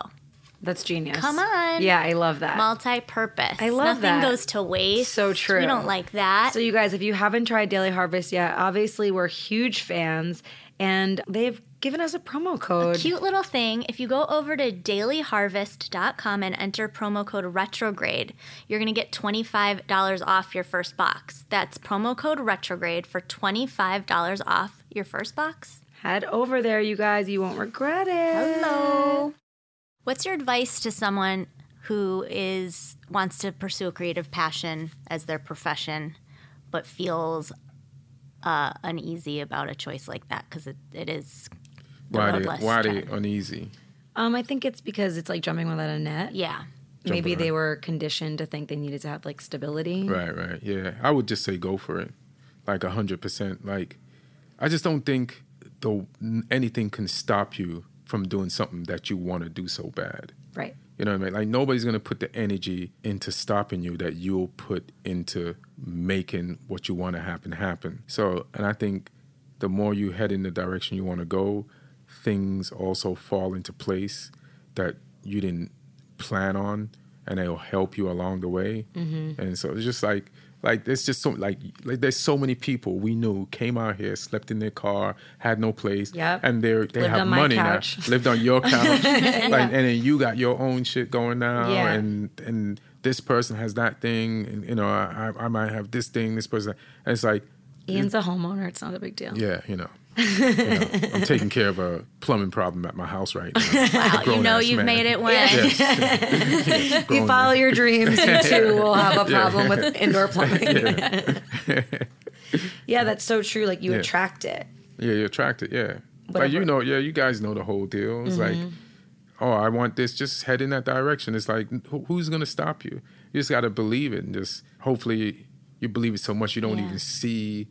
S4: That's genius.
S3: Come on.
S4: Yeah, I love that.
S3: Multi-purpose.
S4: I love
S3: Nothing
S4: that.
S3: goes to waste.
S4: So true.
S3: We don't like that.
S4: So, you guys, if you haven't tried Daily Harvest yet, obviously we're huge fans, and they've given us a promo code.
S3: cute little thing if you go over to dailyharvest.com and enter promo code retrograde you're going to get $25 off your first box that's promo code retrograde for $25 off your first box
S4: Head over there, you guys. You won't regret it.
S3: hello what's your advice to someone who is wants to pursue a creative passion as their profession but feels uh, uneasy about a choice like that because it, it is the
S5: Why
S3: road
S5: they,
S3: less
S5: why they
S3: traveled.
S5: uneasy?
S4: Um, I think it's because it's like jumping without a net.
S3: yeah
S4: Maybe
S5: Jumping
S4: they were conditioned to think they needed to have like stability.
S5: Right, right. Yeah. I would just say go for it. Like 100%. Like, I just don't think the, anything can stop you from doing something that you want to do so bad.
S4: Right.
S5: You know what I mean? Like nobody's gonna put the energy into stopping you that you'll put into making what you want to happen happen. So, and I think the more you head in the direction you want to go, things also fall into place that you didn't plan on, and they'll help you along the way.
S4: Mm-hmm.
S5: And so it's just like. Like there's just so like, like there's so many people we knew came out here, slept in their car, had no place,
S4: Yep.
S5: and they're they
S4: Lived
S5: have
S4: on my
S5: money
S4: couch.
S5: now lived on your couch, like, and then you got your own shit going now,
S4: Yeah.
S5: and and this person has that thing, and you know, I I might have this thing, this person, and it's like,
S4: Ian's a homeowner. It's not a big deal.
S5: yeah, you know. you know, I'm taking care of a plumbing problem at my house right now. Wow,
S6: You know you've made it when
S4: You follow your dreams, you too will have a problem with indoor plumbing. Yeah.
S5: yeah.
S4: that's so true. Like you
S5: Yeah.
S4: attract it.
S5: yeah, you're attracted. Yeah,
S4: Whatever.
S5: like you know, yeah, you guys know the whole deal. It's like, oh, I want this. Just head in that direction. It's like, who- who's gonna stop you? You just gotta believe it, and just hopefully you believe it so much you don't
S3: Yeah.
S5: even see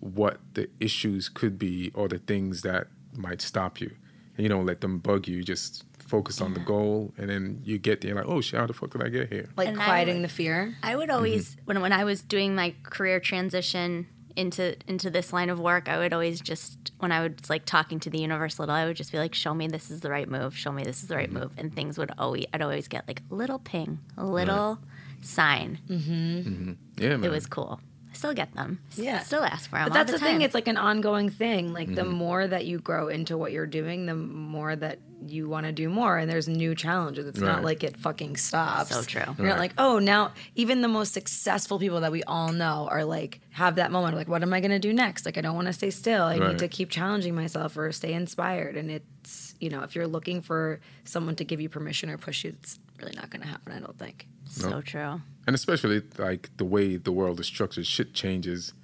S5: what the issues could be or the things that might stop you, and you don't let them bug you. You Just focus on the goal, and then you get there. like, oh shit, how the fuck did I get here?
S4: Like
S3: And I
S4: quieting
S3: would-
S4: the fear.
S3: I would always
S4: Mm-hmm.
S3: when when I was doing my career transition into into this line of work, I would always just when I was like talking to the universe a little, I would just be like, "Show me this is the right move. Show me this is the right
S4: Mm-hmm.
S3: move." And things would always I'd always get like a little ping, a little sign.
S5: Yeah, man.
S3: It was cool. I still get them. S-
S4: Yeah.
S3: still ask for them.
S4: But that's the thing. It's like an ongoing thing. Like
S5: Mm-hmm.
S4: the more that you grow into what you're doing, the more that you want to do more. And there's new challenges. It's not
S5: Right.
S4: like it fucking stops.
S3: So true.
S4: You're not
S5: Right.
S4: like, oh, now even the most successful people that we all know are like have that moment. of Like, what am I gonna do next? Like, I don't want to stay still. I need
S5: Right.
S4: to keep challenging myself or stay inspired. And it's you know, if you're looking for someone to give you permission or push you, it's really not gonna happen. I don't think.
S3: so true.
S5: and especially like the way the world is structured, shit changes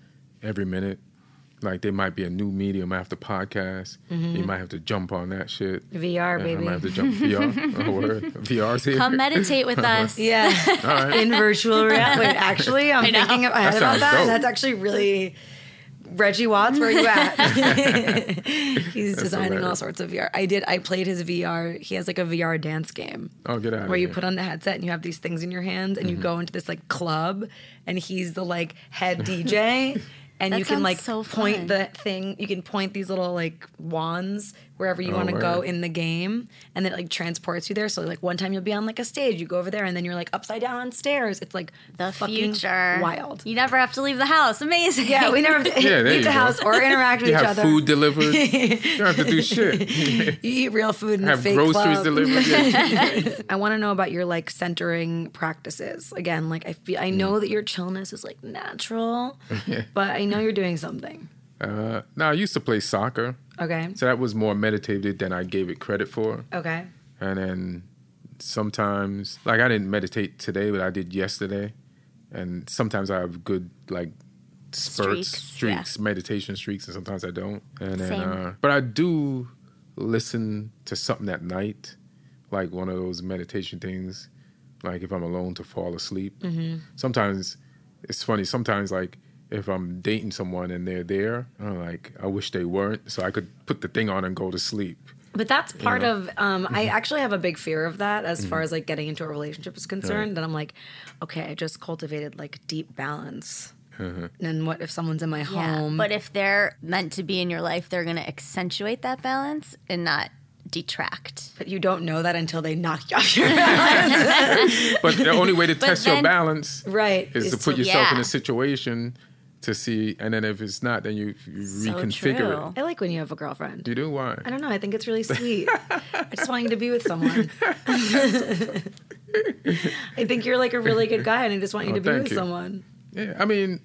S5: every minute. Like there might be a new medium after podcast. You might have to jump on that shit. Uh,
S4: VR,
S5: I
S4: Mm-hmm. baby.
S5: might have to jump VR. oh, word. VR's here.
S3: Come meditate with us.
S4: Yeah.
S5: All right.
S4: in virtual reality. Wait, actually, I'm thinking of, I
S5: That
S4: heard about
S5: sounds
S4: that.
S5: dope.
S4: That's actually really Reggie Watts. Where you at? He's designing all
S5: hilarious.
S4: sorts of VR. I did. I played his VR. He has like a VR dance game.
S5: Oh, get out of
S4: Where you
S5: here.
S4: put on the headset and you have these things in your hands and
S5: Mm-hmm.
S4: you go into this like club and he's the like head DJ and
S3: That
S4: you can
S3: sounds
S4: like
S3: so
S4: point
S3: fun.
S4: the thing you can point these little like wands wherever you
S5: Oh,
S4: want to go
S5: word.
S4: in the game and then it like transports you there so like one time you'll be on like a stage you go over there and then you're like upside down on stairs it's like
S3: The
S4: fucking
S3: future.
S4: wild
S3: You never have to leave the house. Amazing.
S4: yeah we never have to
S5: Yeah, there
S4: leave
S5: you
S4: the
S5: go.
S4: house or interact with
S5: You
S4: each
S5: have
S4: other
S5: food delivered. you don't have to do shit.
S4: you eat real food in a
S5: have
S4: fake
S5: groceries
S4: club.
S5: delivered. Yeah.
S4: I want to know about your like centering practices. Again, like I feel I
S5: Mm.
S4: know that your chillness is like natural, but I know you're doing something.
S5: Uh, now I used to play soccer.
S4: Okay.
S5: So that was more meditated than I gave it credit for.
S4: Okay.
S5: And then sometimes, like I didn't meditate today, but I did yesterday. And sometimes I have good like spurts,
S3: Streaks,
S5: streaks,
S3: yeah.
S5: meditation streaks, and sometimes I don't. And then,
S3: Same.
S5: uh, but I do listen to something at night, like one of those meditation things, like if I'm alone to fall asleep.
S3: Mm-hmm.
S5: Sometimes it's funny. Sometimes like if I'm dating someone and they're there, I'm like, I wish they weren't, so I could put the thing on and go to sleep.
S4: But that's part of. Um, I
S5: Mm-hmm.
S4: actually have a big fear of that as far as like getting into a relationship is concerned. And I'm like, okay, I just cultivated like deep balance.
S5: Uh-huh.
S4: And what if someone's in my home?
S6: But if they're meant to be in your life, they're going to accentuate that balance and not detract.
S4: But you don't know that until they knock you off your balance.
S5: But the only way to test your
S6: then-
S5: balance
S4: right.
S5: is to
S4: It's
S5: put yourself in
S6: yeah.
S5: a situation to see, and then if it's not, then you, you reconfigure
S6: true.
S5: it.
S4: I like when you have a girlfriend.
S5: You do why?
S4: I don't know. I think it's really sweet. I just want you to be with someone. I think you're like a really good guy, and I just want you
S5: Oh,
S4: to be
S5: thank
S4: with
S5: you.
S4: someone.
S5: Yeah, I mean,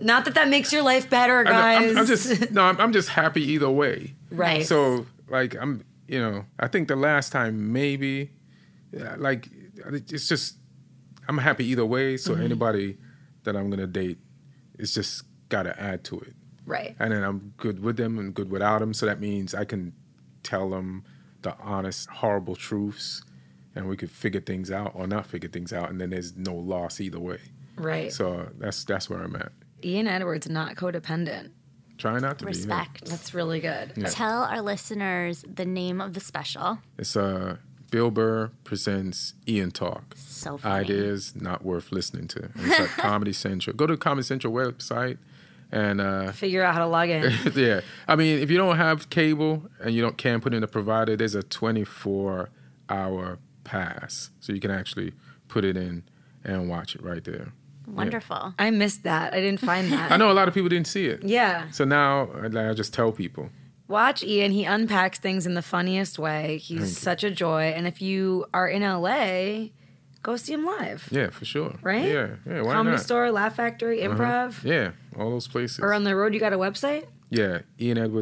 S4: Not that that makes your life better,
S5: I
S4: guys.
S5: am just no, I'm, I'm just happy either way.
S4: right.
S5: So like I'm, you know, I think the last time maybe, uh, like it's just I'm happy either way. So anybody that I'm gonna date, it's just gotta add to it.
S4: right.
S5: and then I'm good with them and good without them. So that means I can tell them the honest, horrible truths, and we could figure things out or not figure things out, and then there's no loss either way.
S4: Right.
S5: So that's that's where I'm at.
S4: Ian Edwards not codependent.
S5: Try not to be. yeah.
S3: Respect.
S4: That's really good.
S3: Tell our listeners the name of the special.
S5: It's uh, Bill Burr presents Ian Talk.
S3: So funny.
S5: Ideas not worth listening to. And It's at Comedy Central. Go to Comedy Central website and uh,
S4: Figure out how to log in.
S5: yeah. I mean, if you don't have cable and you don't can put in a provider, there's a 24 hour pass, so you can actually put it in and watch it right there.
S3: Wonderful.
S4: I missed that. I didn't find
S5: I
S4: that.
S5: know a lot of people didn't see it.
S4: yeah.
S5: So now like, I just tell people.
S4: Watch Ian. He unpacks things in the funniest way. He's such a joy. And if you are in LA, go see him live.
S5: Yeah, for sure.
S4: Right?
S5: Yeah. Yeah.
S4: Comedy
S5: Why not? Uh-huh.
S4: Store, Laugh Factory, Improv.
S5: Yeah, all those places.
S4: Or um, on the road, you got a website?
S5: yeah,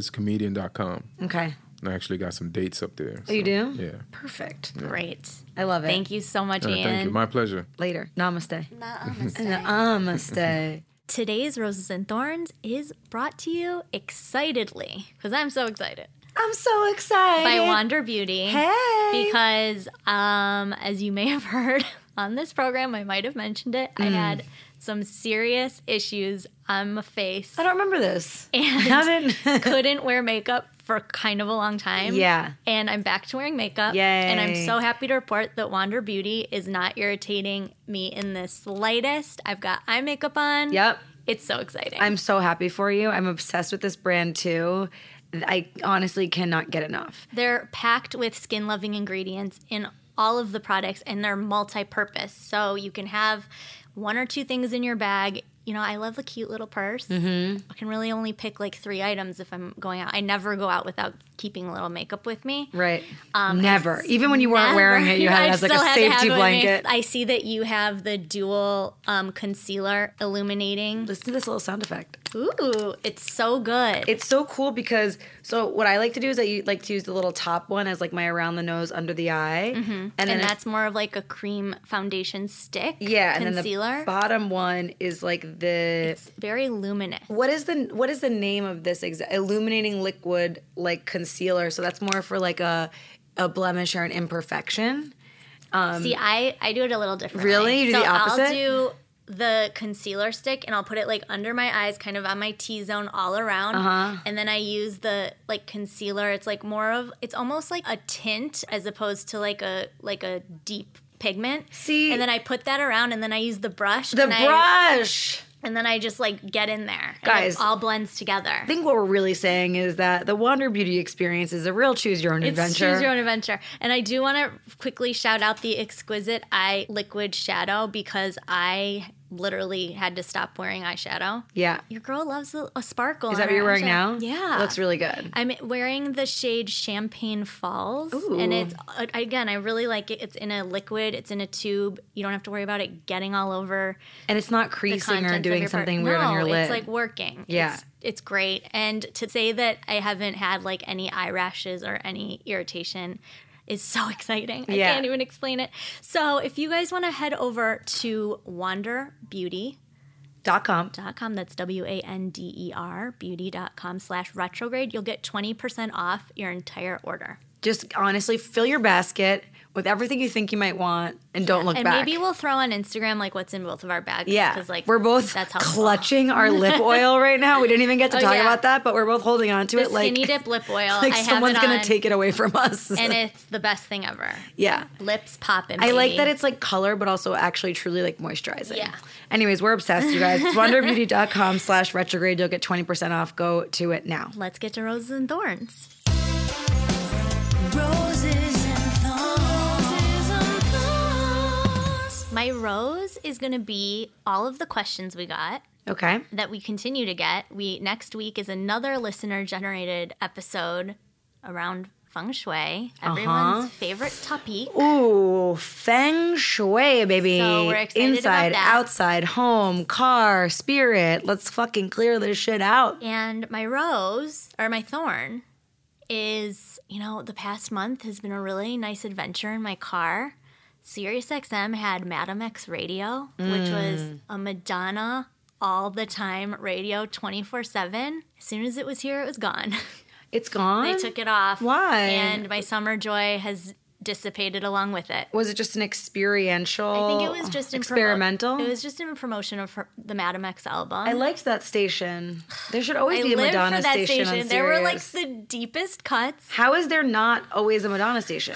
S5: IanEdwardsComedian.com.
S4: Okay.
S5: And I actually got some dates up there.
S4: Oh, you
S5: so,
S4: do?
S5: Yeah.
S4: Perfect.
S3: Great.
S4: I love it.
S6: Thank you so much,
S5: All right,
S6: Ian.
S5: thank you. My pleasure.
S4: Later. Namaste.
S3: Namaste.
S4: Namaste.
S3: Today's Roses and Thorns is brought to you excitedly, because I'm so excited,
S4: I'm so excited.
S3: by Wander Beauty.
S4: Hey.
S3: Because, um, as you may have heard on this program, I might have mentioned it,
S4: Mm.
S3: I had some serious issues on my face
S4: I don't remember this.
S3: and
S4: haven't.
S3: couldn't wear makeup for kind of a long time.
S4: Yeah.
S3: And I'm back to wearing makeup.
S4: Yay.
S3: And I'm so happy to report that Wander Beauty is not irritating me in the slightest. I've got eye makeup on.
S4: yep.
S3: It's so exciting.
S4: I'm so happy for you. I'm obsessed with this brand too. I honestly cannot get enough.
S3: They're packed with skin loving ingredients in all of the products and they're multi purpose. So you can have one or two things in your bag. You know, I love a cute little purse.
S4: Mm-hmm.
S3: I can really only pick like three items if I'm going out. I never go out without keeping a little makeup with me.
S4: Right. never. Even when you weren't
S3: Um, Never.
S4: wearing it, you had
S3: I
S4: it as like a
S3: still had to have
S4: safety
S3: it with me.
S4: blanket.
S3: I see that you have the dual um, concealer illuminating.
S4: Let's do this little sound effect.
S3: Ooh, it's so good.
S4: It's so cool because so what I like to do is I u- like to use the little top one as like my around the nose, under the eye, and then
S3: Mm-hmm. and
S4: it-
S3: that's more of like a cream foundation stick.
S4: yeah, and then
S3: concealer.
S4: the bottom one is like the
S3: It's very luminous.
S4: what is the what is the name of this exa- illuminating liquid like concealer? So that's more for like a a blemish or an imperfection.
S3: See, I I do it a little differently.
S4: Really? You do
S3: so
S4: the opposite?
S3: I'll do the concealer stick and I'll put it like under my eyes, kind of on my T zone all around.
S4: Uh-huh.
S3: And then I use the like concealer. It's like more of it's almost like a tint as opposed to like a like a deep pigment.
S4: See-
S3: And then I put that around and then I use the brush.
S4: The
S3: and I,
S4: brush.
S3: and then I just like get in there. and it
S4: Guys.
S3: all blends together.
S4: I think what we're really saying is that the Wander Beauty experience is a real choose your own
S3: It's
S4: adventure.
S3: Choose your own adventure. And I do want to quickly shout out the exquisite eye liquid shadow because I literally had to stop wearing eyeshadow.
S4: Yeah.
S3: Your girl loves a, a sparkle.
S4: Is
S3: on
S4: that what you're
S3: her
S4: wearing
S3: eyeshadow.
S4: now?
S3: Yeah.
S4: Looks really good.
S3: I'm wearing the shade Champagne Falls, and
S4: Ooh.
S3: it's uh, again I really like it. It's in a liquid, it's in a tube. You don't have to worry about it getting all over
S4: And it's not
S3: the
S4: creasing
S3: contents
S4: or
S3: of
S4: doing
S3: your part-
S4: something weird
S3: no,
S4: on your lid.
S3: It's like working.
S4: Yeah.
S3: it's, it's great. And to say that I haven't had like any eye rashes or any irritation is so exciting. I
S4: Yeah.
S3: can't even explain it. So if you guys want to head over to Wander Beauty
S4: Dot com.
S3: com. That's W A N D E R beauty.com slash retrograde. You'll get 20% off your entire order.
S4: Just honestly fill your basket with everything you think you might want and don't look
S3: And
S4: back.
S3: maybe we'll throw on Instagram like what's in both of our bags.
S4: yeah,
S3: 'cause, like
S4: we're both
S3: that's helpful.
S4: clutching our lip oil right now. We didn't even get to
S3: Oh,
S4: talk
S3: yeah.
S4: about that, but we're both holding on to
S3: The
S4: it like
S3: skinny dip lip oil.
S4: like
S3: I have
S4: someone's
S3: it
S4: gonna
S3: on,
S4: take it away from us.
S3: and it's the best thing ever.
S4: yeah,
S3: Lips popping.
S4: I like
S3: baby.
S4: that it's like color, but also actually truly like moisturizing.
S3: Yeah.
S4: Anyways, we're obsessed, you guys. It's wonderbeauty.com slash retrograde. You'll get 20% off. Go to it now.
S3: Let's get to roses and thorns. My rose is going to be all of the questions we got.
S4: Okay.
S3: that we continue to get. We next week is another listener generated episode around feng shui,
S4: Uh-huh.
S3: everyone's favorite topic.
S4: Ooh, feng shui, baby.
S3: So we're excited about
S4: Inside,
S3: that.
S4: outside, home, car, spirit. Let's fucking clear this shit out.
S3: And my rose or my thorn is, you know, the past month has been a really nice adventure in my car. SiriusXM had Madam X Radio, which was
S4: Mm.
S3: a Madonna all the time radio 24 7. As soon as it was here, it was gone.
S4: It's gone.
S3: I took it off.
S4: Um, Why?
S3: And my summer joy has dissipated along with it.
S4: was it just an experiential?
S3: I think it was just in promo-
S4: experimental.
S3: it was just in promotion of her, the Madam X album.
S4: I liked that station. There should always
S3: I
S4: be a
S3: lived
S4: Madonna
S3: for that
S4: station.
S3: station.
S4: on
S3: there were like
S4: Sirius.
S3: the deepest cuts.
S4: How is there not always a Madonna station?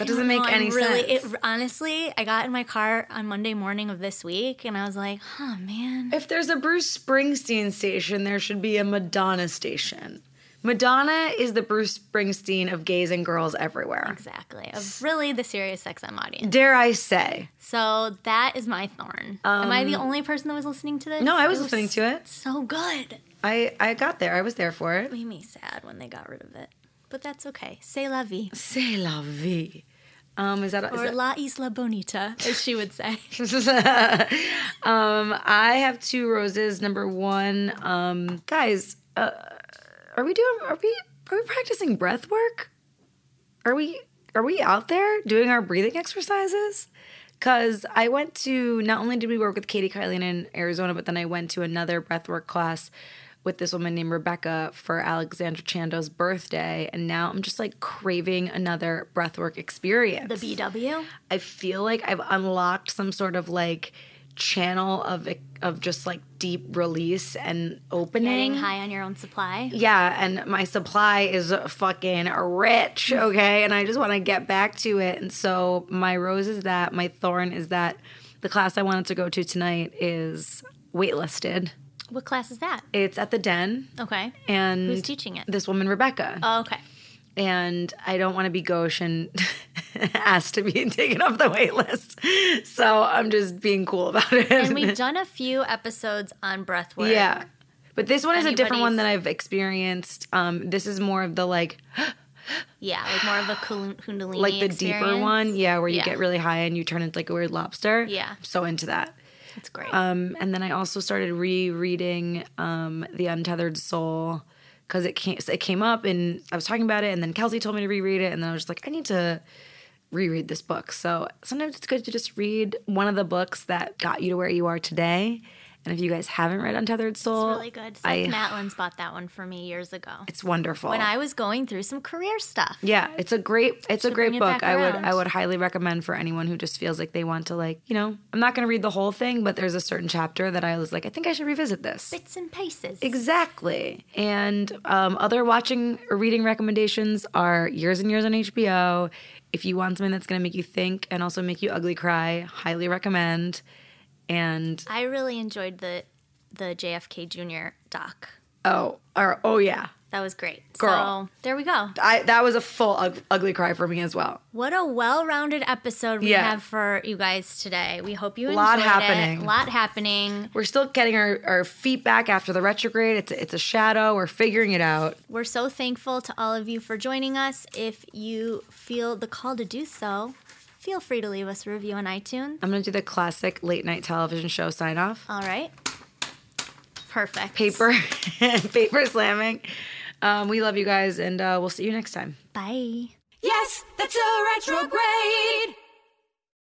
S4: That doesn't make
S3: No, I'm
S4: any
S3: really,
S4: sense.
S3: It, honestly, I got in my car on Monday morning of this week, and I was like, "Huh, man."
S4: if there's a Bruce Springsteen station, there should be a Madonna station. Madonna is the Bruce Springsteen of gays and girls everywhere.
S3: Exactly. Of really the serious XM audience.
S4: Dare I say?
S3: So that is my thorn. Am I the only person that was listening to this?
S4: Um, No, I was listening to it.
S3: So good.
S4: I, I got there. I was there for it.
S3: made me sad when they got rid of it. But that's okay. C'est la vie.
S4: C'est la vie. Um, is that, is
S3: Or
S4: that
S3: La Isla Bonita, as she would say.
S4: um, I have two roses. Number one, um, guys, uh, are we doing? Are we are we practicing breath work? Are we are we out there doing our breathing exercises? Because I went to not only did we work with Katie Kylan in Arizona, but then I went to another breathwork class with this woman named Rebecca for Alexandra Chando's birthday, and now I'm just like craving another breathwork experience.
S3: The BW.
S4: I feel like I've unlocked some sort of like channel of e, of just like deep release and opening.
S3: Getting high on your own supply.
S4: Yeah, and my supply is fucking
S3: Mm.
S4: rich, okay? And I just want to get back to it. And so my rose is that, my thorn is that the class I wanted to go to tonight is waitlisted.
S3: What class is that?
S4: It's at the Den
S3: Okay.
S4: and
S3: Who's teaching it?
S4: this woman Rebecca.
S3: Oh, okay.
S4: and I don't want to be gauche and asked to be taken off the wait list. So I'm just being cool about it.
S3: And we've done a few episodes on breath work.
S4: yeah. But this one is a different one
S3: Anybody's-
S4: that I've experienced. Um, this is more of the like
S3: Yeah, like more of a kul- kundalini
S4: like the deeper
S3: experience.
S4: one, yeah, where you
S3: Yeah.
S4: get really high and you turn into like a weird lobster.
S3: Yeah.
S4: So into that.
S3: It's great.
S4: Um, and then I also started rereading um, The Untethered Soul because it came it came up and I was talking about it, and then Kelsey told me to reread it, and then I was just like, I need to reread this book. So sometimes it's good to just read one of the books that got you to where you are today. And if you guys haven't read Untethered Soul,
S3: really good. Seth
S4: I-
S3: Matlin's bought that one for me years ago.
S4: it's wonderful.
S3: When I was going through some career stuff.
S4: Yeah, it's a great it's a great
S3: bring it
S4: book.
S3: back
S4: I would
S3: around.
S4: I would highly recommend for anyone who just feels like they want to like, you know, I'm not going to read the whole thing, but there's a certain chapter that I was like, I think I should revisit this.
S3: Bits and pieces.
S4: Exactly. And um, other watching or reading recommendations are Years and Years on HBO. If you want something that's going to make you think and also make you ugly cry, highly recommend. And
S3: I really enjoyed the the JFK Jr. doc.
S4: oh, or oh yeah,
S3: That was great.
S4: Girl.
S3: So there we go.
S4: I that was a full ug- ugly cry for me as well.
S3: What a well-rounded episode we
S4: Yeah.
S3: have for you guys today. We hope you enjoyed
S4: Lot
S3: it.
S4: happening.
S3: lot happening.
S4: We're still getting our, our feet back after the retrograde. It's a, it's a shadow. We're figuring it out.
S3: We're so thankful to all of you for joining us. If you feel the call to do so, feel free to leave us a review on iTunes.
S4: I'm gonna do the classic late night television show sign off.
S3: All right. Perfect.
S4: Paper, paper slamming. Um, we love you guys, and uh, we'll see you next time.
S3: Bye.
S2: Yes, that's a retrograde.